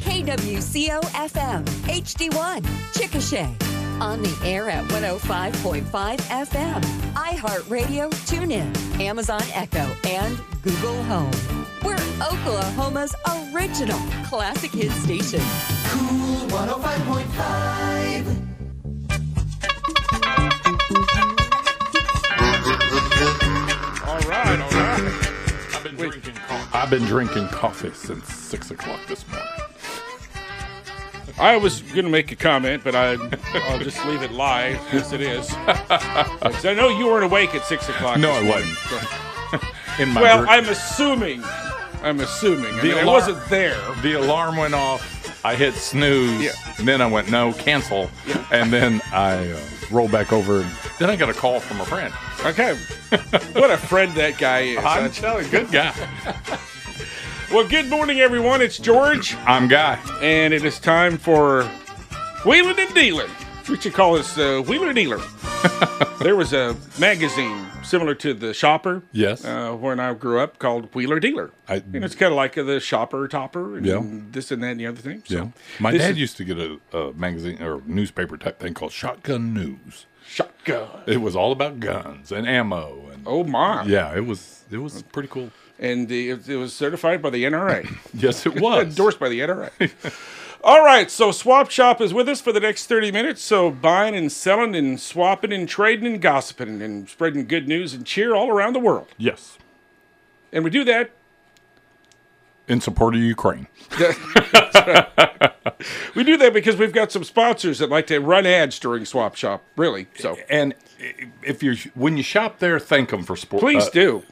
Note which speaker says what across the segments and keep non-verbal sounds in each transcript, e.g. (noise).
Speaker 1: KWCO FM, HD1, Chickasha. On the air at 105.5 FM, iHeartRadio, TuneIn, Amazon Echo, and Google Home. We're Oklahoma's original classic hit station.
Speaker 2: Cool 105.5.
Speaker 3: All right, all right. I've been drinking coffee. I've been drinking coffee since six o'clock this morning.
Speaker 4: I was going to make a comment, but I, I'll just leave it live as it is. (laughs) 'Cause I know you weren't awake at six o'clock.
Speaker 3: No,
Speaker 4: this
Speaker 3: I
Speaker 4: morning.
Speaker 3: wasn't. In my
Speaker 4: Well,
Speaker 3: vir-
Speaker 4: I'm assuming. I'm assuming. I,
Speaker 3: The
Speaker 4: mean, I
Speaker 3: alarm-
Speaker 4: wasn't there.
Speaker 3: the alarm went off. I hit snooze.
Speaker 4: Yeah.
Speaker 3: and Then I went no cancel, and then I uh, rolled back over. And then I got a call from a friend.
Speaker 4: Okay. what a friend that guy is. I
Speaker 3: I'm
Speaker 4: tell you.
Speaker 3: Good guy.
Speaker 4: Well, good morning, everyone. It's George,
Speaker 3: I'm guy.
Speaker 4: and it is time for Wheeling and Dealing. We should call this uh, Wheeler
Speaker 3: (laughs)
Speaker 4: and Dealer. there was a magazine similar to The Shopper.
Speaker 3: Yes.
Speaker 4: Uh, when I grew up, called Wheeler Dealer.
Speaker 3: I-
Speaker 4: you know, it's kind of like the Shopper Topper and
Speaker 3: Yeah.
Speaker 4: this and that and the other thing. So
Speaker 3: Yeah. My
Speaker 4: this
Speaker 3: dad
Speaker 4: is
Speaker 3: used to get a, a magazine or newspaper type thing called Shotgun News.
Speaker 4: shotgun.
Speaker 3: It was all about guns and ammo and
Speaker 4: Oh my! Uh,
Speaker 3: yeah, it was it was pretty cool.
Speaker 4: And the, it was certified by the NRA.
Speaker 3: (laughs) Yes, it was.
Speaker 4: (laughs) endorsed by the NRA. (laughs) All right, so Swap Shop is with us for the next 30 minutes. So buying and selling and swapping and trading and gossiping and spreading good news and cheer all around the world.
Speaker 3: Yes.
Speaker 4: And we do that. (laughs)
Speaker 3: In support of Ukraine.
Speaker 4: We do that because we've got some sponsors that like to run ads during Swap Shop, really. So
Speaker 3: And i- if you when you shop there, thank them for support,
Speaker 4: please
Speaker 3: uh,
Speaker 4: do.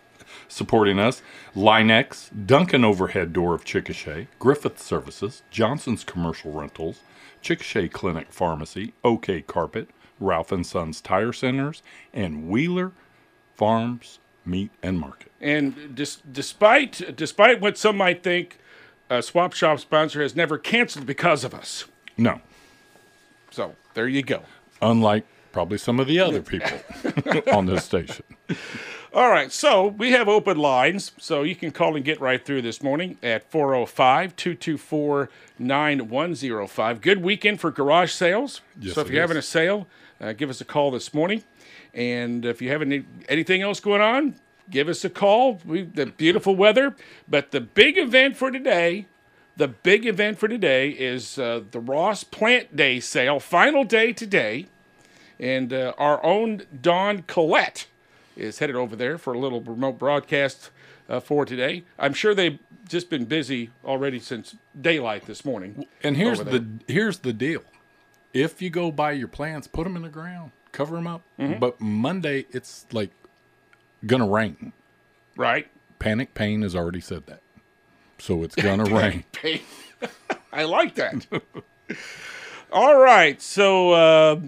Speaker 3: supporting us. Linex, Duncan Overhead Door of Chickasha, Griffith Services, Johnson's Commercial Rentals, Chickasha Clinic Pharmacy, OK Carpet, Ralph and Sons Tire Centers, and Wheeler Farms Meat and Market.
Speaker 4: And dis- despite despite what some might think, uh, Swap Shop sponsor has never canceled because of us.
Speaker 3: No,
Speaker 4: So there you go.
Speaker 3: unlike probably some of the
Speaker 4: (laughs)
Speaker 3: other people on this station.
Speaker 4: All right, so we have open lines, so you can call and get right through this morning at 405 224 9105. Good weekend for garage sales.
Speaker 3: Yes,
Speaker 4: so if
Speaker 3: it
Speaker 4: you're
Speaker 3: is.
Speaker 4: having a sale, uh, give us a call this morning. And if you have any, anything else going on, give us a call. We, the beautiful weather. But the big event for today, the big event for today is uh, the Ross Plant Day sale, final day today. And uh, our own Don Collette is headed over there for a little remote broadcast uh, for today. I'm sure they've just been busy already since daylight this morning.
Speaker 3: And here's
Speaker 4: over there.
Speaker 3: the here's the deal. If you go buy your plants, put them in the ground, cover them up.
Speaker 4: Mm-hmm.
Speaker 3: But Monday it's like gonna rain.
Speaker 4: right?
Speaker 3: Panic Pain has already said that. So
Speaker 4: (laughs)
Speaker 3: it's gonna rain.
Speaker 4: I like that. (laughs) All right. So, uh,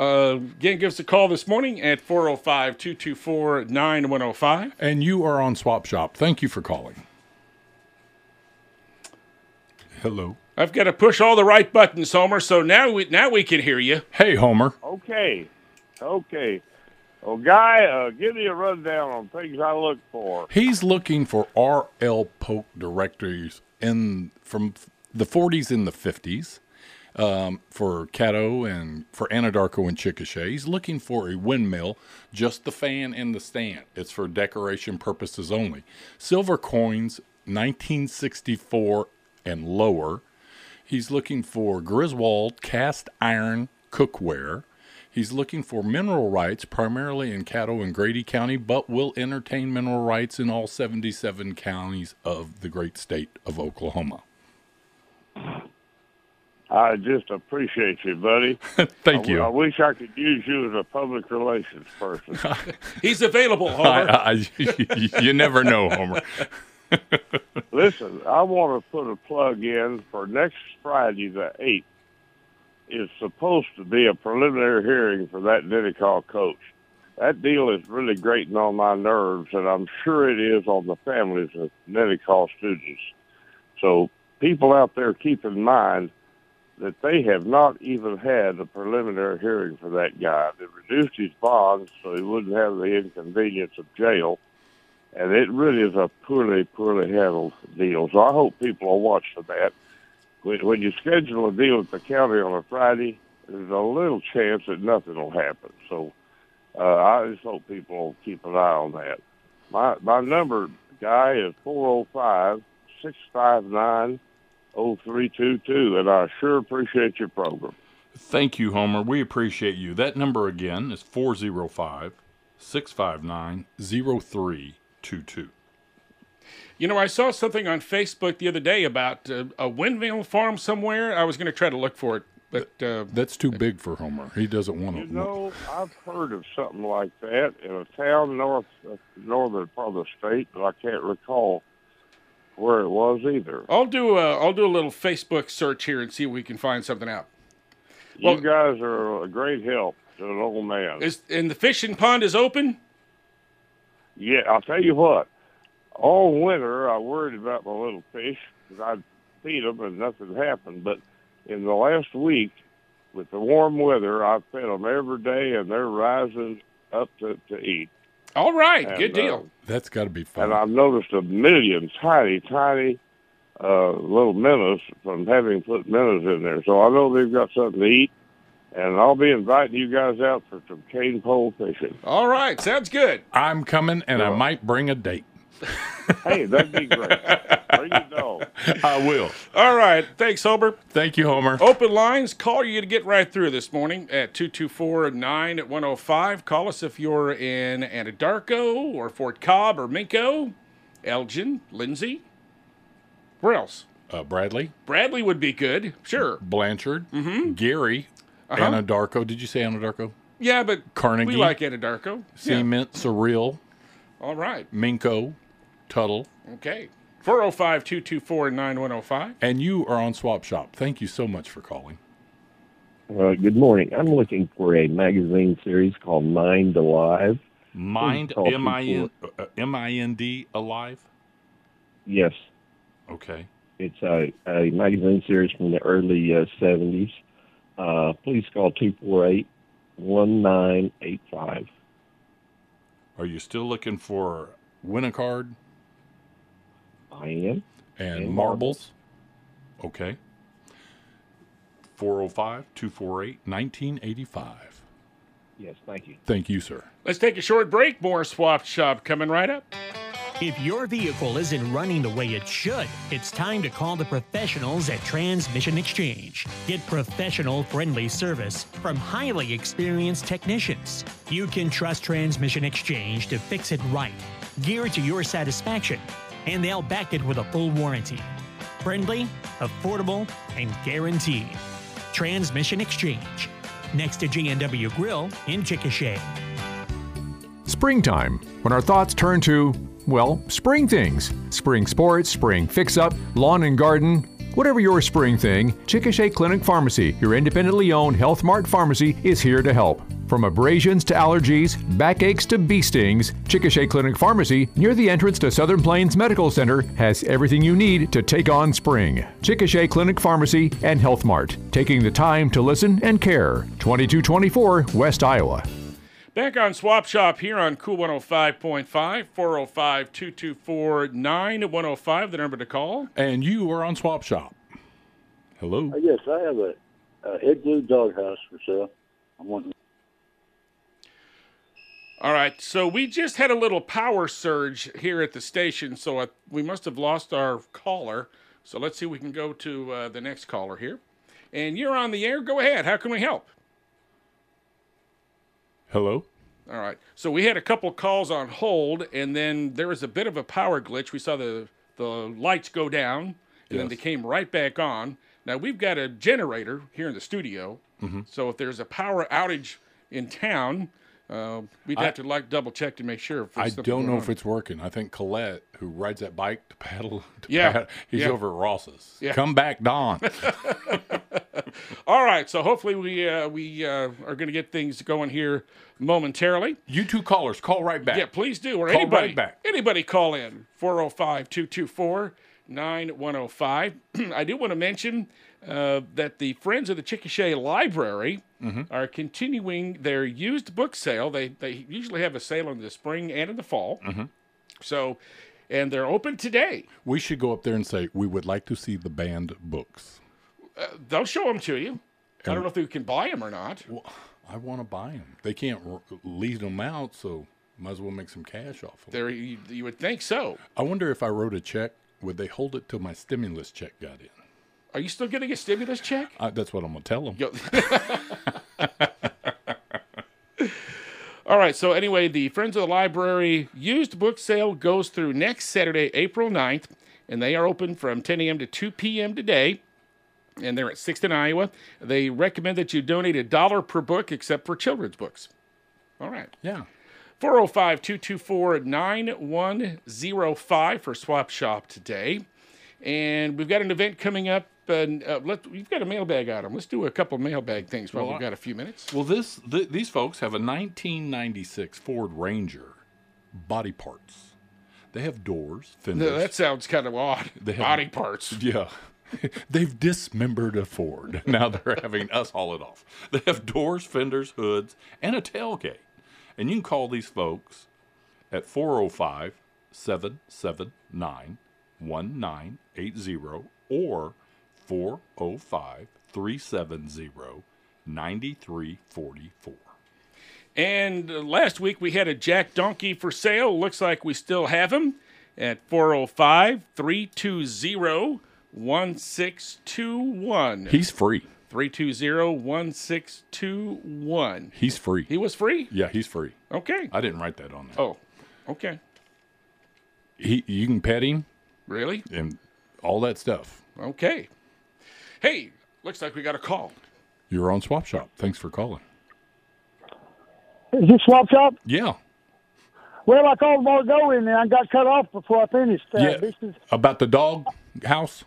Speaker 4: uh, again, give us a call this morning at 405 224 9105.
Speaker 3: And you are on Swap Shop. Thank you for calling. Hello.
Speaker 4: I've got to push all the right buttons, Homer. So now we, now we can hear you.
Speaker 3: Hey Homer.
Speaker 5: Okay, okay. Well, guy, uh, give me a rundown on things I look for.
Speaker 3: He's looking for R.L. Polk directories in from the 40s and the 50s um, for Caddo and for Anadarko and Chickasha. He's looking for a windmill, just the fan and the stand. It's for decoration purposes only. Silver coins, 1964 and lower. He's looking for Griswold cast iron cookware. He's looking for mineral rights primarily in Caddo and Grady County, but will entertain mineral rights in all 77 counties of the great state of Oklahoma.
Speaker 5: I just appreciate you, buddy.
Speaker 3: (laughs) Thank you.
Speaker 5: I wish I could use you as a public relations
Speaker 3: (laughs)
Speaker 5: person.
Speaker 4: He's available,
Speaker 3: I,
Speaker 4: Homer.
Speaker 3: I- (laughs) you never know, Homer.
Speaker 5: Listen, I want to put a plug in for next Friday, the 8th. Is supposed to be a preliminary hearing for that Niticol coach. That deal is really grating on my nerves, and I'm sure it is on the families of Niticol students. So, people out there, keep in mind that they have not even had a preliminary hearing for that guy. They reduced his bonds so he wouldn't have the inconvenience of jail and it really is a poorly, poorly handled deal. So I hope people will watch for that. When, when you schedule a deal with the county on a Friday, there's a little chance that nothing will happen. So uh, I just hope people will keep an eye on that. My my number guy is four zero five six five nine zero three two two, and I sure appreciate your program.
Speaker 3: Thank you, Homer. We appreciate you. That number again is 405 659 0322.
Speaker 4: You know, I saw something on Facebook the other day about uh, a windmill farm somewhere. I was going to try to look for it, but uh,
Speaker 3: That's too big for Homer. He doesn't want to.
Speaker 5: You know, I've heard of something like that in a town north uh, northern part of the state, but I can't recall where it was either.
Speaker 4: I'll do a, I'll do a little Facebook search here and see if we can find something out.
Speaker 5: you guys are a great help to an old man.
Speaker 4: Is and the fishing pond is open.
Speaker 5: Yeah, I'll tell you what. All winter, I worried about my little fish because I'd feed them and nothing happened. But in the last week, with the warm weather, I've fed them every day, and they're rising up to, to eat.
Speaker 4: All right,
Speaker 5: And,
Speaker 4: good
Speaker 5: uh,
Speaker 4: deal.
Speaker 3: That's got to be
Speaker 5: And
Speaker 3: fun.
Speaker 5: I've noticed a million tiny, tiny uh, little minnows from having put minnows in there. So I know they've got something to eat, and I'll be inviting you guys out for some cane pole fishing.
Speaker 4: All right, sounds good.
Speaker 3: I'm coming and I might bring a date.
Speaker 5: (laughs) Hey, that'd be great. Bring your dog.
Speaker 3: (laughs) I will.
Speaker 4: All right, thanks, Homer.
Speaker 3: Thank you, Homer.
Speaker 4: Open lines, call you to get right through this morning at 224-9 at 105. Call us if you're in Anadarko or Fort Cobb or Minko, Elgin, Lindsay. Where else?
Speaker 3: Uh, Bradley,
Speaker 4: Bradley would be good, sure. Mm-hmm.
Speaker 3: Blanchard, Gary, Anadarko. Did you say Anadarko?
Speaker 4: Uh-huh. Yeah, but
Speaker 3: Carnegie.
Speaker 4: we like Anadarko. Yeah.
Speaker 3: Cement, Surreal,
Speaker 4: All right,
Speaker 3: Minko, Tuttle.
Speaker 4: okay. 405-224-9105.
Speaker 3: And you are on Swap Shop. Thank you so much for calling.
Speaker 6: Uh, good morning. I'm looking for a magazine series called Mind Alive.
Speaker 3: Mind,
Speaker 6: Call
Speaker 3: M I N uh, M I N D, alive?
Speaker 6: Yes,
Speaker 3: Okay.
Speaker 6: it's a, a magazine series from the early uh, 70s. Uh, please call 248 1985.
Speaker 3: Are you still looking for Winicard
Speaker 6: I am.
Speaker 3: and
Speaker 6: And
Speaker 3: Marbles? Okay. 405 248 1985.
Speaker 6: Yes, thank you.
Speaker 3: Thank you, sir.
Speaker 4: Let's take a short break. More Swap Shop coming right up.
Speaker 7: If your vehicle isn't running the way it should, it's time to call the professionals at Transmission Exchange. Get professional friendly service from highly experienced technicians. You can trust Transmission Exchange to fix it right, gear it to your satisfaction, and they'll back it with a full warranty. Friendly, affordable, and guaranteed. Transmission Exchange. Next to G&W Grill in Chickasha.
Speaker 8: Springtime, when our thoughts turn to, well, spring things. Spring sports, spring fix up, lawn and garden. Whatever your spring thing, Chickasha Clinic Pharmacy, your independently owned Health Mart pharmacy, is here to help. From abrasions to allergies, backaches to bee stings, Chickasha Clinic Pharmacy, near the entrance to Southern Plains Medical Center, has everything you need to take on spring. Chickasha Clinic Pharmacy and Health Mart, taking the time to listen and care. 2224 West Iowa.
Speaker 4: Back on Swap Shop here on Cool 105.5, 405 224 9105, the number to call.
Speaker 3: And you are on Swap Shop. Hello.
Speaker 9: Yes, I have a, a head glue doghouse for sale. I'm wanting.
Speaker 4: All right, so we just had a little power surge here at the station, so I, we must have lost our caller. So let's see if we can go to uh, the next caller here. And you're on the air. Go ahead. How can we help?
Speaker 3: Hello.
Speaker 4: All right. So we had a couple calls on hold, and then there was a bit of a power glitch. We saw the the lights go down, and then they came right back on. Now we've got a generator here in the studio,
Speaker 3: Mm-hmm.
Speaker 4: so if there's a power outage in town, uh, we'd have to like double check to make sure. If
Speaker 3: I
Speaker 4: there's something
Speaker 3: don't know
Speaker 4: going
Speaker 3: if
Speaker 4: on.
Speaker 3: it's working. I think Colette, who rides that bike to paddle, (laughs) to
Speaker 4: Yeah,
Speaker 3: pad- he's
Speaker 4: yeah.
Speaker 3: over at Ross's.
Speaker 4: Yeah.
Speaker 3: Come back,
Speaker 4: (laughs)
Speaker 3: Don.
Speaker 4: All right. So hopefully we uh, we uh, are going to get things going here momentarily.
Speaker 3: you two callers, call right back.
Speaker 4: Yeah, please do. Or
Speaker 3: Call
Speaker 4: anybody,
Speaker 3: right back.
Speaker 4: anybody call in 405 224 9105. (clears throat) I do want to mention uh, that the Friends of the Chickasha Library
Speaker 3: Mm-hmm.
Speaker 4: are continuing their used book sale. They, they usually have a sale in the spring and in the fall.
Speaker 3: Mm-hmm.
Speaker 4: So, and they're open today.
Speaker 3: We should go up there and say, we would like to see the banned books.
Speaker 4: Uh, they'll show them to you. I don't know if you can buy them or not.
Speaker 3: Well, I want to buy them. They can't r- lease them out, so might as well make some cash off them.
Speaker 4: There, you, you would think so.
Speaker 3: I wonder if I wrote a check, would they hold it till my stimulus check got in?
Speaker 4: Are you still getting a stimulus check?
Speaker 3: I, that's what I'm gonna tell them.
Speaker 4: Yo- (laughs) All right. So anyway, the Friends of the Library used book sale goes through next Saturday, April 9th, and they are open from 10 a.m. to 2 p.m. today. And they're at 6th in Iowa. They recommend that you donate a dollar per book, except for children's books. All right.
Speaker 3: Yeah.
Speaker 4: 405 224 9105 for Swap Shop today. And we've got an event coming up. And uh, let, we've got a mailbag item. Let's do a couple mailbag things while
Speaker 3: Well,
Speaker 4: we've
Speaker 3: I-
Speaker 4: got a few minutes.
Speaker 3: Well, this th- these folks have a 1996 Ford Ranger body parts. They have doors, fenders.
Speaker 4: No, that sounds kind of odd.
Speaker 3: They have-
Speaker 4: Body parts.
Speaker 3: Yeah. They've dismembered a Ford. (laughs) Now they're having us haul it off. They have doors, fenders, hoods, and a tailgate. And you can call these folks at 405 779 1980 or 405 370 9344.
Speaker 4: And uh, last week we had a Jack Donkey for sale. Looks like we still have him at 405 320 1621.
Speaker 3: He's free.
Speaker 4: 320 1621.
Speaker 3: He's free.
Speaker 4: He was free?
Speaker 3: yeah, he's free.
Speaker 4: Okay.
Speaker 3: I didn't write that on there.
Speaker 4: Oh, okay.
Speaker 3: He, you can pet him
Speaker 4: Really?
Speaker 3: and all that stuff.
Speaker 4: Okay. Hey, looks like we got a call.
Speaker 3: You're on Swap Shop. Thanks for calling.
Speaker 10: Is this swap shop?
Speaker 3: Yeah.
Speaker 10: Well, I called a while ago and I got cut off before I finished. Uh,
Speaker 3: Yeah.
Speaker 10: This is
Speaker 3: About the dog house?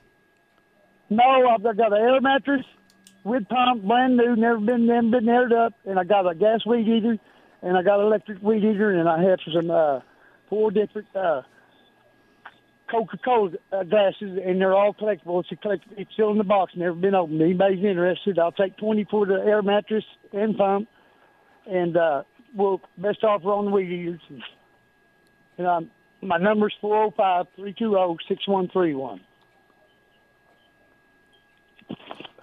Speaker 10: no, I've got an air mattress, with pump, brand new, never been never been aired up, and I got a gas weed eater, and I got an electric weed eater, and I have some uh, four different uh, Coca-Cola uh, glasses, and they're all collectible. It's, a collect- it's still in the box, never been opened. Anybody's interested, I'll take twenty for the air mattress and pump, and uh, well, best offer on the weed eaters. And um, my number's 405 320 6131.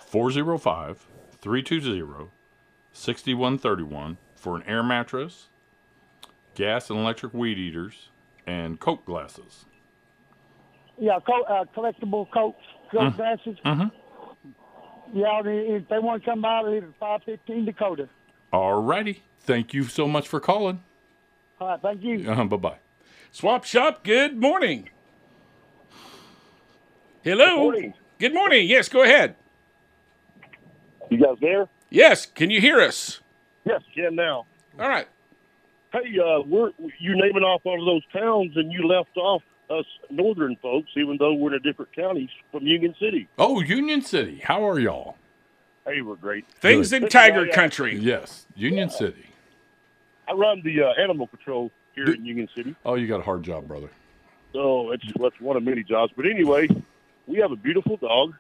Speaker 3: 405 320 6131 for an air mattress, gas and electric weed eaters, and Coke glasses.
Speaker 10: Yeah, co- uh, collectible coats, gold glasses.
Speaker 3: Mm. Mm-hmm.
Speaker 10: Yeah, and if they want to come by, they live at 515 Dakota.
Speaker 3: All righty. Thank you so much for calling.
Speaker 10: All right, thank you.
Speaker 3: Uh, bye bye.
Speaker 4: Swap Shop, good morning. Hello. Good
Speaker 9: morning.
Speaker 4: Good morning. Yes, go ahead.
Speaker 9: You guys there?
Speaker 4: Yes, can you hear us?
Speaker 9: Yes, Jen. Now,
Speaker 4: All right.
Speaker 9: hey, uh, we're you naming off all of those towns, and you left off us northern folks, even though we're in a different counties from Union City.
Speaker 3: Oh, Union City. How are y'all?
Speaker 9: Hey, we're great.
Speaker 4: Things in Tiger Country.
Speaker 3: Yes, Union City.
Speaker 9: I run the uh, animal patrol here in Union City.
Speaker 3: Oh, you got a hard job, brother.
Speaker 9: So it's that's one of many jobs. But anyway, we have a beautiful dog.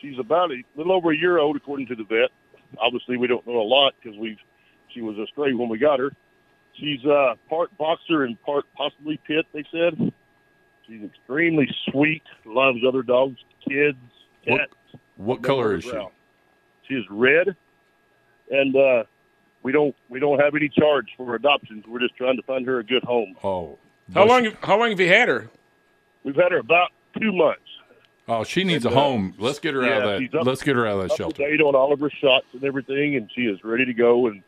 Speaker 9: She's about a little over a year old, according to the vet. Obviously, we don't know a lot because we she was a stray when we got her. She's uh, part boxer and part possibly pit. They said she's extremely sweet. Loves other dogs, kids,
Speaker 3: What
Speaker 9: cats.
Speaker 3: What color is she?
Speaker 9: brown. She is red, and uh, we don't we don't have any charge for adoptions. We're just trying to find her a good home.
Speaker 3: Oh,
Speaker 4: How
Speaker 3: was
Speaker 4: long?
Speaker 3: She,
Speaker 4: How long have you had her?
Speaker 9: We've had her about two months.
Speaker 3: oh, she needs a
Speaker 9: uh,
Speaker 3: home. Let's get her out
Speaker 9: yeah,
Speaker 3: of
Speaker 9: she's
Speaker 3: that.
Speaker 9: up-
Speaker 3: Let's get her out of that
Speaker 9: up
Speaker 3: shelter.
Speaker 9: to date Oh, on all of her shots and everything, and she is ready to go. And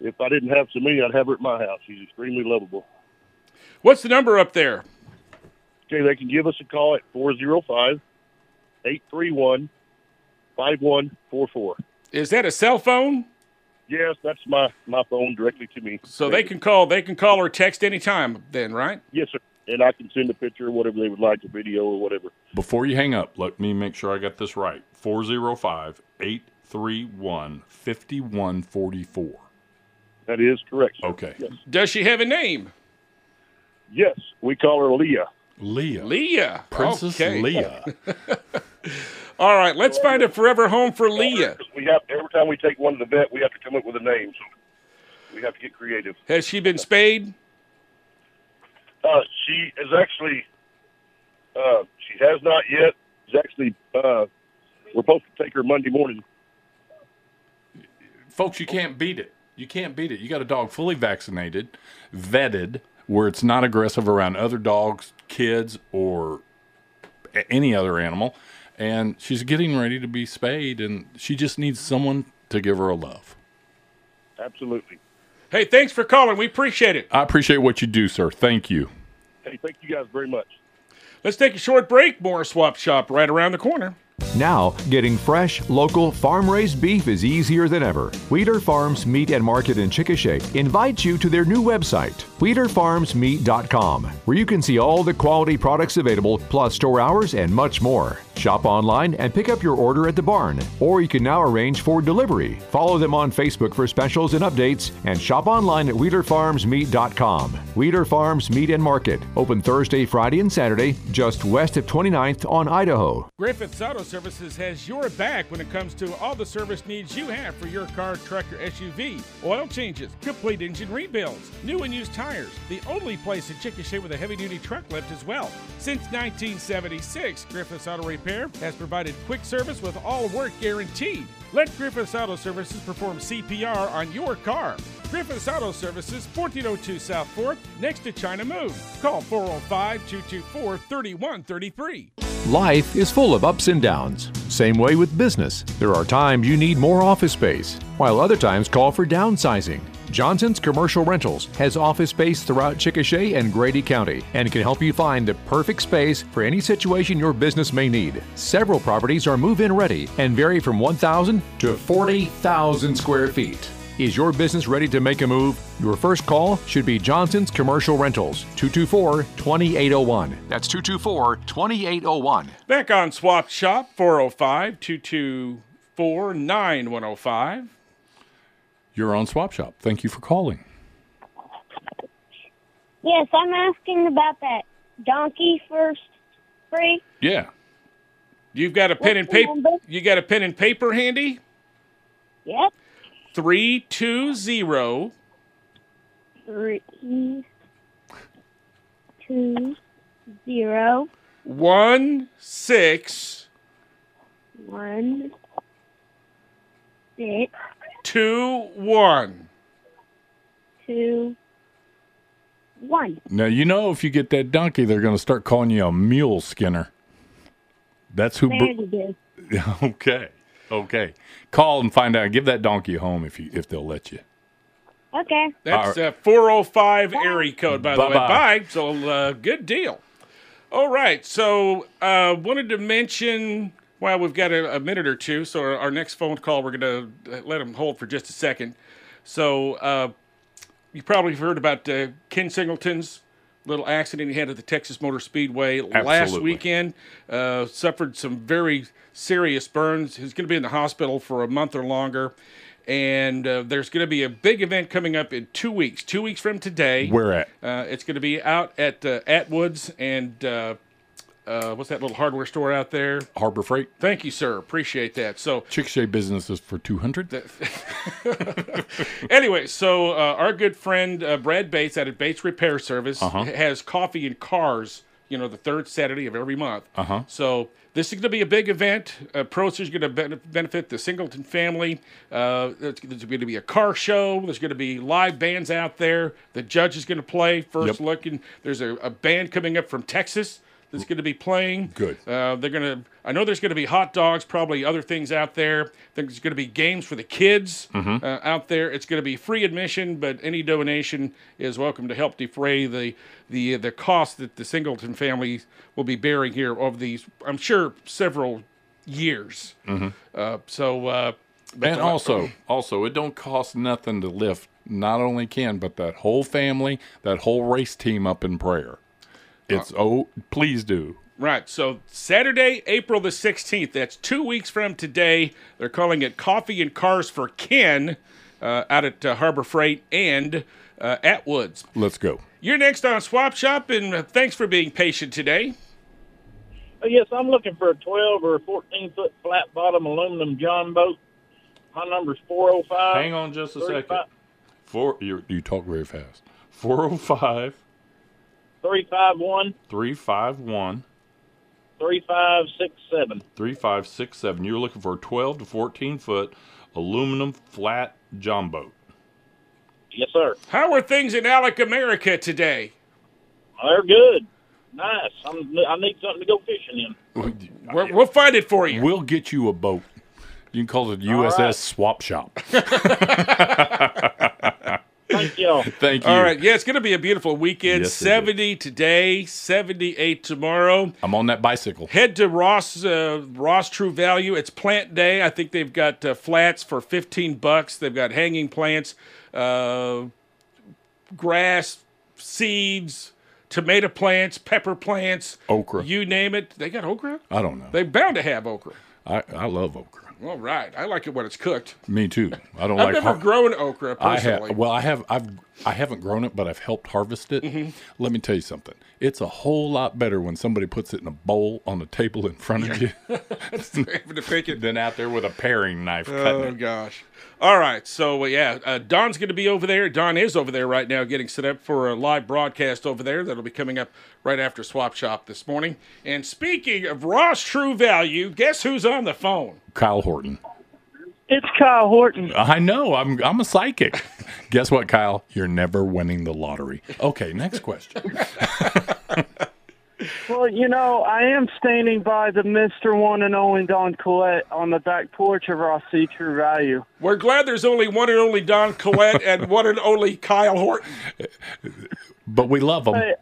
Speaker 9: if I didn't have so many, I'd have her at my house. She's extremely lovable.
Speaker 4: What's the number up there?
Speaker 9: Okay, they can give us a call at 405 831 5144.
Speaker 4: Is that a cell phone?
Speaker 9: Yes, that's my, my phone directly to me.
Speaker 4: So they can call. They can call or text anytime. Then, right?
Speaker 9: Yes, sir. And I can send a picture or whatever they would like, a video or whatever.
Speaker 3: Before you hang up, let me make sure I got this right. 405 831 5144.
Speaker 9: That is correct. Sir.
Speaker 3: Okay.
Speaker 4: Does she have a name?
Speaker 9: Yes, we call her Leah.
Speaker 3: Leah.
Speaker 4: Leah.
Speaker 3: Princess
Speaker 4: Okay.
Speaker 3: Leah.
Speaker 4: (laughs) All right. Let's find a forever home for Leah.
Speaker 9: We have every time we take one to the vet, we have to come up with a name. So we have to get creative.
Speaker 4: Has she been spayed?
Speaker 9: Uh, she is actually, uh, she has not yet. She's actually uh, We're supposed to take her Monday morning.
Speaker 3: Folks, you can't beat it. You can't beat it. You got a dog fully vaccinated, vetted, where it's not aggressive around other dogs, kids, or a- any other animal. And she's getting ready to be spayed, and she just needs someone to give her a love.
Speaker 9: Absolutely.
Speaker 4: Hey, thanks for calling. We appreciate it.
Speaker 3: I appreciate what you do, sir. Thank you.
Speaker 9: Hey, thank you guys very much.
Speaker 4: Let's take a short break. More swap shop right around the corner.
Speaker 8: Now, getting fresh, local, farm raised beef is easier than ever. Wheater Farms Meat and Market in Chickasha invites you to their new website, WheaterFarmsMeat.com, where you can see all the quality products available, plus store hours and much more. Shop online and pick up your order at the barn, or you can now arrange for delivery. Follow them on Facebook for specials and updates, and shop online at WheaterFarmsMeat.com. Wheater Farms Meat and Market, open Thursday, Friday, and Saturday, just west of 29th on Idaho.
Speaker 4: Griffiths Auto Services has your back when it comes to all the service needs you have for your car, truck, or SUV. Oil changes, complete engine rebuilds, new and used tires. The only place in Chickasha with a heavy duty truck lift as well. Since 1976, Griffiths Auto Repair has provided quick service with all work guaranteed. Let Griffiths Auto Services perform CPR on your car. Griffiths Auto Services, 1402 South 4th, next to China Moon. Call 405 224 3133.
Speaker 8: Life is full of ups and downs. Same way with business. There are times you need more office space, while other times call for downsizing. Johnson's Commercial Rentals has office space throughout Chickasha and Grady County and can help you find the perfect space for any situation your business may need. Several properties are move in ready and vary from 1,000 to 40,000 square feet. Is your business ready to make a move? Your first call should be Johnson's Commercial Rentals, 224 2801. That's 224 2801.
Speaker 4: Back on Swap Shop, 405 224 9105.
Speaker 3: You're on Swap Shop. Thank you for calling.
Speaker 11: Yes, I'm asking about that donkey first free.
Speaker 3: Yeah.
Speaker 4: You've got a pen and paper. You got a pen and paper handy?
Speaker 11: Yep.
Speaker 4: 320
Speaker 11: Three, two, zero,
Speaker 4: 1621.
Speaker 11: one, six, two, one.
Speaker 3: Now, you know, if you get that donkey, they're going to start calling you a mule skinner. That's who.
Speaker 11: There
Speaker 3: Bru-
Speaker 11: it is.
Speaker 3: (laughs) okay. Okay. Call and find out. Give that donkey a home if you if they'll let you.
Speaker 11: Okay.
Speaker 4: That's uh, 405 area code, by the way.
Speaker 3: Bye-bye.
Speaker 4: Bye. So, uh, good deal. All right. So, uh, wanted to mention, well, we've got a, a minute or two. So, our, our next phone call, we're going to let them hold for just a second. So, uh, you probably have heard about uh, Ken Singleton's little accident he had at the Texas Motor Speedway last
Speaker 3: Absolutely.
Speaker 4: weekend. Uh, suffered some very serious burns. He's going to be in the hospital for a month or longer. And uh, there's going to be a big event coming up in two weeks. Two weeks from today.
Speaker 3: Where at?
Speaker 4: Uh, it's going to be out at uh, Atwood's and uh, uh, what's that little hardware store out there?
Speaker 3: Harbor Freight.
Speaker 4: Thank you, sir. Appreciate that. So
Speaker 3: Chickasha businesses for 200.
Speaker 4: anyway, so uh, our good friend uh, Brad Bates out at Bates Repair Service
Speaker 3: Uh-huh.
Speaker 4: has coffee and cars. You know, the third Saturday of every month.
Speaker 3: Uh huh.
Speaker 4: So this is going to be a big event. Uh, proceeds are going to ben- benefit the Singleton family. Uh, there's going to be a car show. There's going to be live bands out there. The judge is going to play
Speaker 3: Yep.
Speaker 4: first looking. There's a, a band coming up from Texas that's going to be playing.
Speaker 3: Good.
Speaker 4: Uh, they're going to. I know there's going to be hot dogs, probably other things out there. there's going to be games for the kids
Speaker 3: Mm-hmm.
Speaker 4: uh, out there. It's going to be free admission, but any donation is welcome to help defray the the the cost that the Singleton family will be bearing here over these, I'm sure, several years. Uh, so, uh, but
Speaker 3: Mm-hmm. And
Speaker 4: the-
Speaker 3: also, also, it don't cost nothing to lift not only Ken, but that whole family, that whole race team up in prayer. It's oh, please do.
Speaker 4: (coughs) Right. So Saturday, April the 16th, that's two weeks from today. They're calling it Coffee and Cars for Ken uh, out at uh, Harbor Freight and uh, Atwoods.
Speaker 3: Let's go.
Speaker 4: You're next on Swap Shop, and uh, thanks for being patient today.
Speaker 12: Uh, Yes, I'm looking for a 12 or a 14 foot flat bottom aluminum John boat. My number's 405.
Speaker 3: Hang on just a second. Four, you you talk very fast. 405
Speaker 12: 351
Speaker 3: 351
Speaker 12: 3567.
Speaker 13: 3567. You're looking for a 12 to 14 foot aluminum flat John boat.
Speaker 12: Yes, sir.
Speaker 4: How are things in Alec America today?
Speaker 12: They're good. Nice. I'm, I need something to go fishing in.
Speaker 4: We're, we'll find it for you.
Speaker 3: We'll get you a boat. You can call it USS Swap Shop.
Speaker 12: Thank y'all.
Speaker 3: (laughs) Thank you.
Speaker 4: All right. Yeah, it's going to be a beautiful weekend.
Speaker 3: Yes, it is.
Speaker 4: 70 today, 78 tomorrow.
Speaker 3: I'm on that bicycle.
Speaker 4: Head to Ross uh, Ross True Value. It's plant day. I think they've got uh, flats for 15 bucks. They've got hanging plants, uh, grass, seeds, tomato plants, pepper plants.
Speaker 3: Okra.
Speaker 4: You name it. They got okra?
Speaker 3: I don't know.
Speaker 4: They're bound to have okra.
Speaker 3: I, I love okra.
Speaker 4: All right. I like it when it's cooked.
Speaker 3: Me too. I don't
Speaker 4: I've
Speaker 3: like
Speaker 4: never
Speaker 3: har-
Speaker 4: grown okra
Speaker 3: I have
Speaker 4: (laughs) personally.
Speaker 3: well, I have I've I haven't grown it, but I've helped harvest it.
Speaker 4: Mm-hmm.
Speaker 3: Let me tell you something. It's a whole lot better when somebody puts it in a bowl on the table in front of you
Speaker 4: having to
Speaker 3: (laughs)
Speaker 4: pick it.
Speaker 3: than out there with a paring knife cutting
Speaker 4: Oh
Speaker 3: it.
Speaker 4: gosh! All right, so uh, yeah, uh, Don's going to be over there. Don is over there right now, getting set up for a live broadcast over there. That'll be coming up right after Swap Shop this morning. And speaking of Ross True Value, guess who's on the phone?
Speaker 3: Kyle Horton.
Speaker 14: It's Kyle Horton.
Speaker 3: I know. I'm I'm a psychic. Guess what, Kyle? You're never winning the lottery. Okay, next question.
Speaker 14: Well, you know, I am standing by the Mr. One and Only Don Collette on the back porch of Rossi True Value.
Speaker 4: We're glad there's only one and only Don Collette and one and only Kyle Horton.
Speaker 3: But we love them.
Speaker 14: Hey,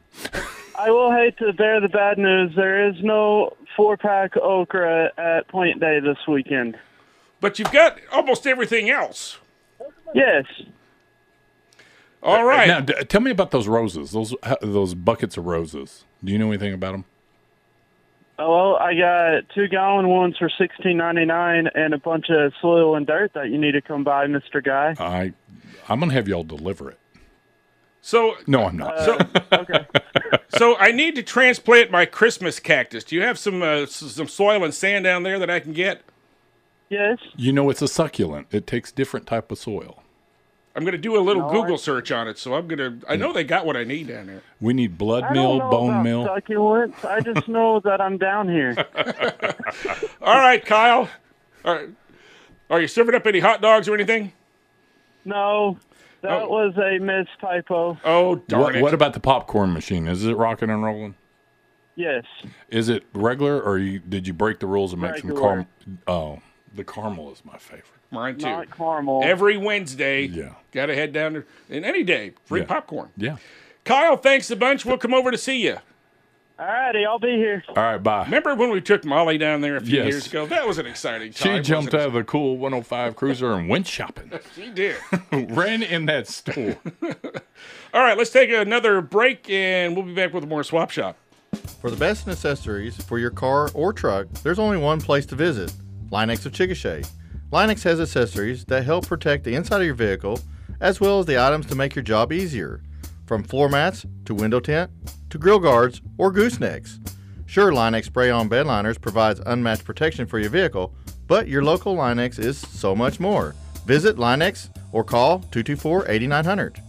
Speaker 14: I will hate to bear the bad news. There is no four pack okra at Plant Day this weekend.
Speaker 4: But you've got almost everything else.
Speaker 14: Yes.
Speaker 4: All right.
Speaker 3: Now, d- tell me about those roses. Those h- those buckets of roses. Do you know anything about them?
Speaker 14: Well, I got two gallon ones for sixteen ninety nine and a bunch of soil and dirt that you need to come by, Mister Guy.
Speaker 3: I I'm gonna have y'all deliver it.
Speaker 4: So
Speaker 3: No,
Speaker 14: Uh,
Speaker 3: I'm not.
Speaker 4: So, (laughs) so I need to transplant my Christmas cactus. Do you have some uh, s- some soil and sand down there that I can get?
Speaker 14: Yes.
Speaker 3: You know, it's a succulent. It takes different type of soil.
Speaker 4: I'm going to do a
Speaker 14: No,
Speaker 4: little Google search on it. So I'm going to. I know they got what I need down there.
Speaker 3: We need blood
Speaker 14: I
Speaker 3: meal,
Speaker 14: don't know
Speaker 3: bone
Speaker 14: about
Speaker 3: meal.
Speaker 14: Succulents. I just know that I'm down here.
Speaker 4: All right, Kyle. All right. Are you serving up any hot dogs or anything?
Speaker 14: No, that was a miss typo.
Speaker 4: Oh
Speaker 3: What- what, about the popcorn machine? Is it rocking and rolling?
Speaker 14: Yes.
Speaker 3: Is it regular, or you, did you break the rules and make
Speaker 14: Regular.
Speaker 3: some caramel? Oh, the caramel is my favorite.
Speaker 4: Mine too.
Speaker 14: Not caramel.
Speaker 4: Every Wednesday. Yeah. Got to head down there. And any day, free
Speaker 3: Yeah.
Speaker 4: popcorn.
Speaker 3: Yeah.
Speaker 4: Kyle, thanks a bunch. We'll come over to see you.
Speaker 14: All righty, I'll be here.
Speaker 3: All right, bye.
Speaker 4: Remember when we took Molly down there a few
Speaker 3: Yes.
Speaker 4: years ago? That was an exciting
Speaker 3: She
Speaker 4: time.
Speaker 3: jumped out of the cool 105 cruiser and went shopping.
Speaker 4: (laughs) She did.
Speaker 3: (laughs) Ran in that store.
Speaker 4: All right, let's take another break and we'll be back with more Swap Shop.
Speaker 15: For the best in accessories for your car or truck, there's only one place to visit Linex of Chickasha. Linex has accessories that help protect the inside of your vehicle, as well as the items to make your job easier, from floor mats to window tint to grill guards or goosenecks. Sure, Linex spray on bed liners provides unmatched protection for your vehicle, but your local Linex is so much more. Visit Linex or call 224 8900.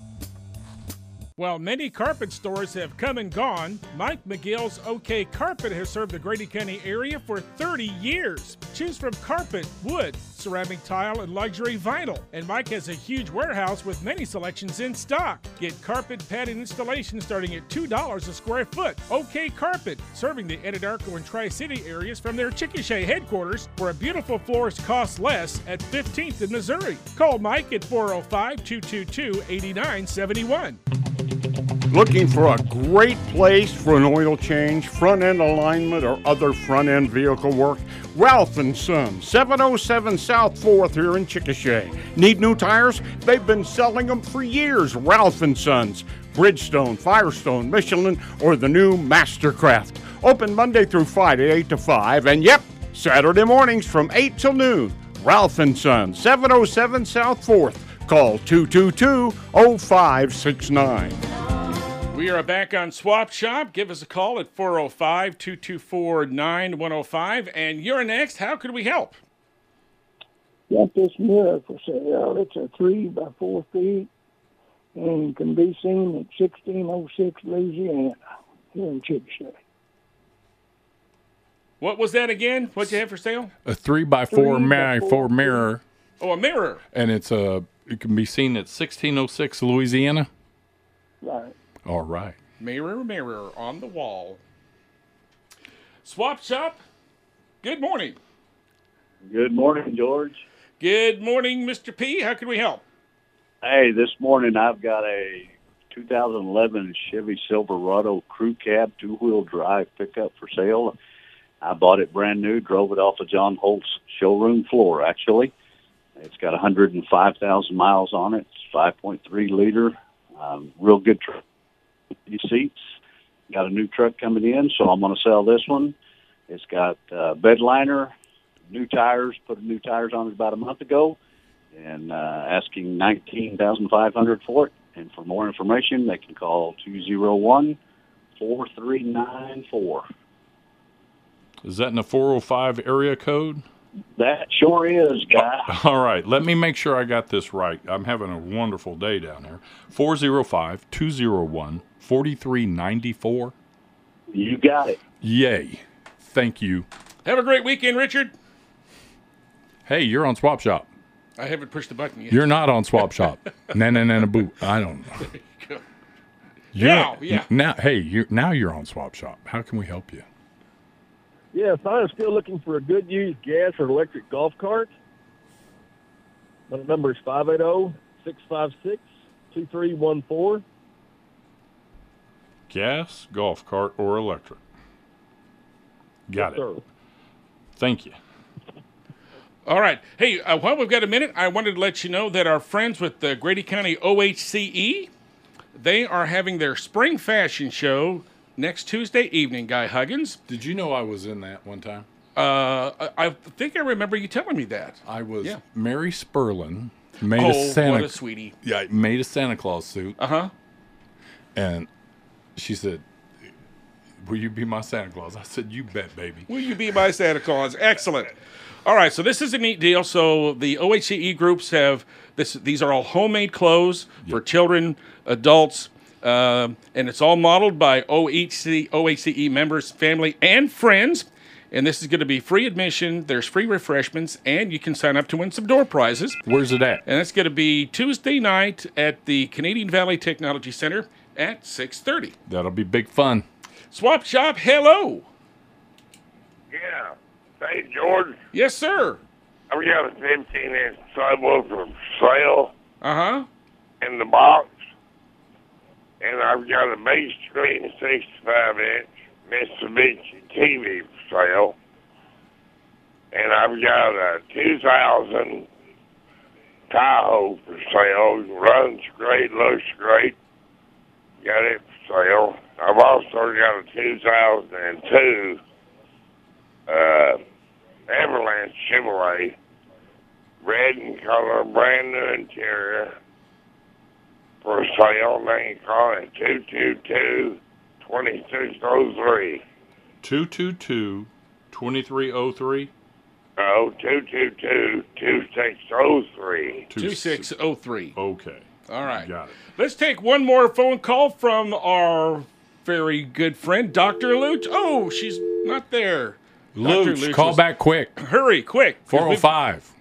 Speaker 4: While many carpet stores have come and gone, Mike McGill's OK Carpet has served the Grady County area for 30 years. Choose from carpet, wood, ceramic tile, and luxury vinyl. And Mike has a huge warehouse with many selections in stock. Get carpet pad and installation starting at $2 a square foot. OK Carpet, serving the Anadarko and Tri City areas from their Chickasha headquarters, where a beautiful florist costs less at 15th in Missouri. Call Mike at 405 222 8971.
Speaker 16: Looking for a great place for an oil change, front end alignment, or other front end vehicle work? Ralph and Son, 707 South 4th here in Chickasha. Need new tires? They've been selling them for years. Ralph and Sons, Bridgestone, Firestone, Michelin, or the new Mastercraft. Open Monday through Friday, 8 to 5, and yep, Saturday mornings from 8 till noon. Ralph and Son, 707 South 4th. Call 222 0569.
Speaker 4: We are back on Swap Shop. Give us a call at 405 224 9105. And you're next. How can we help?
Speaker 17: got this mirror for sale. It's a three by four feet and can be seen at 1606 Louisiana here in Chickasha.
Speaker 4: What was that again? What'd you have for sale?
Speaker 3: A three by four,
Speaker 4: Three by
Speaker 3: mirror,
Speaker 4: four.
Speaker 3: four mirror,
Speaker 4: Oh, a mirror.
Speaker 3: and it's a. It can be seen at 1606 Louisiana.
Speaker 4: Right.
Speaker 3: All right.
Speaker 4: Mirror, mirror on the wall. Swap Shop, good morning.
Speaker 18: Good morning, George.
Speaker 4: Good morning, Mr. P. How can we help?
Speaker 18: Hey, this morning I've got a 2011 Chevy Silverado crew cab two wheel drive pickup for sale. I bought it brand new, drove it off of John Holt's showroom floor, actually. It's got 105,000 miles on it. It's 5.3 liter, um, real good truck. These seats. Got a new truck coming in, so I'm going to sell this one. It's got uh, bed liner, new tires. Put new tires on it about a month ago and uh, asking nineteen thousand five hundred for it. And for more information, they can call two zero one four three nine four.
Speaker 13: Is that in the 405 area code?
Speaker 18: That sure is,
Speaker 3: (laughs)
Speaker 18: guy.
Speaker 13: All right, let me make sure I got this right. I'm having a wonderful day down here. 405 201 4394.
Speaker 18: You got it.
Speaker 13: Yay. Thank you.
Speaker 4: Have a great weekend, Richard.
Speaker 3: Hey, you're on Swap Shop.
Speaker 4: I haven't pushed the button yet.
Speaker 3: You're not
Speaker 4: (laughs)
Speaker 3: on (laughs) Swap
Speaker 18: (laughs)
Speaker 3: Shop. na na na na boo. I don't know. You're-
Speaker 4: Now, yeah.
Speaker 3: Now, hey, you now you're on Swap Shop. How can we help you?
Speaker 19: Yes, I am still looking for a good used gas or electric golf cart. My number is oh, 580-656-2314.
Speaker 13: Gas, golf cart, or electric? Got it.
Speaker 19: Sir.
Speaker 13: Thank you.
Speaker 4: All right. Hey, uh, while we've got a minute, I wanted to let you know that our friends with the Grady County OHCE, E, they are having their spring fashion show next Tuesday evening. Guy Huggins,
Speaker 3: did you know I was in that one time?
Speaker 4: Uh, I, I think I remember you telling me that.
Speaker 3: I was.
Speaker 4: Yeah.
Speaker 3: Mary Sperlin made
Speaker 4: oh,
Speaker 3: a Santa
Speaker 4: what a sweetie.
Speaker 3: Yeah, made a Santa Claus suit.
Speaker 4: Uh huh.
Speaker 3: And she said, "Will you be my Santa Claus?" I said, "You bet, baby."
Speaker 4: Will you be my Santa Claus? Excellent. All right, so this is a neat deal. So the OHCE E groups have this. These are all homemade clothes for children, adults, um, and it's all modeled by OHC, OHCE E members, family, and friends. And this is going to be free admission. There's free refreshments, and you can sign up to win some door prizes.
Speaker 3: Where's it at?
Speaker 4: And that's going to be Tuesday night at the Canadian Valley Technology Center at 6:30.
Speaker 3: That'll be big fun.
Speaker 4: Swap Shop, hello.
Speaker 20: Yeah. Hey, George.
Speaker 4: Yes, sir.
Speaker 20: I've got a 15 inch subwoofer for sale
Speaker 4: Uh huh.
Speaker 20: in the box. And I've got a big screen 65 inch Mitsubishi TV for sale. And I've got a 2000 Tahoe for sale. Runs great, looks great. Got it for sale. I've also got a 2002 uh, Avalanche Chevrolet, red in color, brand new interior, for sale. They can call it 222 2603.
Speaker 13: 222 2303.
Speaker 20: No, 222 2603.
Speaker 4: 2603.
Speaker 13: Okay.
Speaker 4: All right.
Speaker 13: Got it.
Speaker 4: Let's take one more phone call from our very good friend, Dr. Luch. Oh, she's not there. Dr.
Speaker 3: Luch, call
Speaker 4: is-
Speaker 3: back quick.
Speaker 4: Hurry, quick.
Speaker 3: 405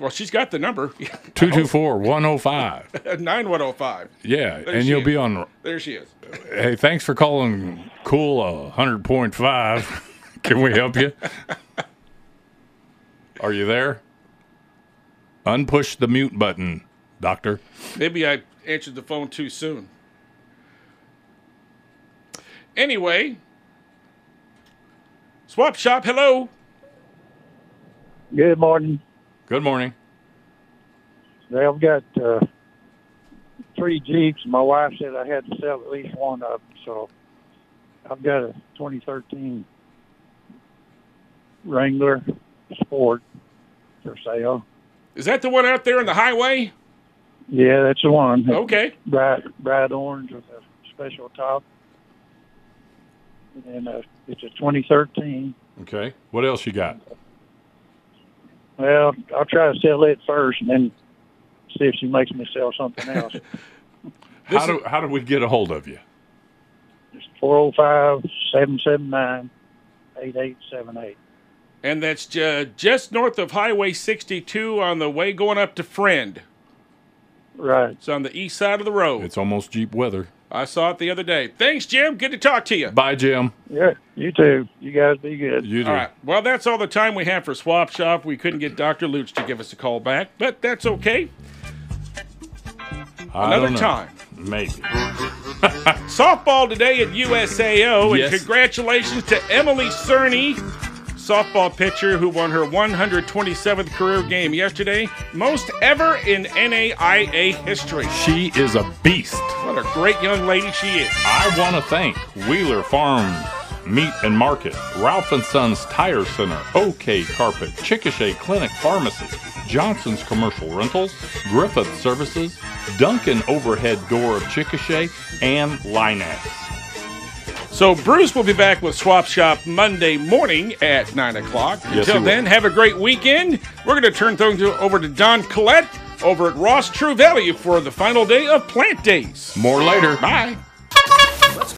Speaker 4: Well, she's got the number (laughs)
Speaker 3: 224 105.
Speaker 4: 9105.
Speaker 3: Yeah,
Speaker 4: There
Speaker 3: and
Speaker 4: she
Speaker 3: you'll
Speaker 4: is.
Speaker 3: be on.
Speaker 4: There she is.
Speaker 3: Hey, thanks for calling Cool uh, 100.5. (laughs) Can we help you? Are you there? Unpush the mute button, Doctor.
Speaker 4: Maybe I answered the phone too soon. Anyway, Swap Shop, hello.
Speaker 19: Good morning.
Speaker 3: Good morning.
Speaker 19: Now I've got uh, three Jeeps. My wife said I had to sell at least one of them, so I've got a 2013 Wrangler Sport for sale.
Speaker 4: Is that the one out there on the highway?
Speaker 19: Yeah, that's the one.
Speaker 4: Okay.
Speaker 19: Bright, bright orange with a special top. And uh, it's a 2013.
Speaker 13: Okay. What else you got?
Speaker 19: Well, I'll try to sell it first and then see if she makes me sell something else.
Speaker 13: How do, how do we get a hold of you?
Speaker 19: oh Four zero five seven seven nine eight eight seven eight.
Speaker 4: And that's ju- just north of Highway 62 on the way going up to Friend.
Speaker 19: Right.
Speaker 4: It's on the east side of the road.
Speaker 21: It's almost Jeep weather.
Speaker 4: I saw it the other day. Thanks, Jim. Good to talk to you.
Speaker 21: Bye, Jim.
Speaker 19: Yeah, you too. You guys be good.
Speaker 21: You do.
Speaker 4: All right. Well, that's all the time we have for Swap Shop. We couldn't get Dr. Lutz to give us a call back, but that's okay.
Speaker 3: I
Speaker 4: Another
Speaker 3: don't know.
Speaker 4: time.
Speaker 3: Maybe.
Speaker 4: Uh, Softball today at USAO, and
Speaker 3: Yes.
Speaker 4: congratulations to Emily Cerny, softball pitcher who won her 127th career game yesterday, most ever in NAIA history.
Speaker 21: She is a beast.
Speaker 4: What a great young lady she is.
Speaker 3: I want to thank Wheeler Farm Meat and Market, Ralph and Sons Tire Center, OK Carpet, Chickasha Clinic Pharmacy, Johnson's Commercial Rentals, Griffith Services, Duncan Overhead Door of Chickasha, and Linex.
Speaker 4: So Bruce will be back with Swap Shop Monday morning at nine o'clock.
Speaker 3: he
Speaker 4: Until
Speaker 3: will.
Speaker 4: then, have a great weekend. We're going to turn things over to Don Collette over at Ross True Value for the final day of Plant Days.
Speaker 3: More later.
Speaker 4: Bye.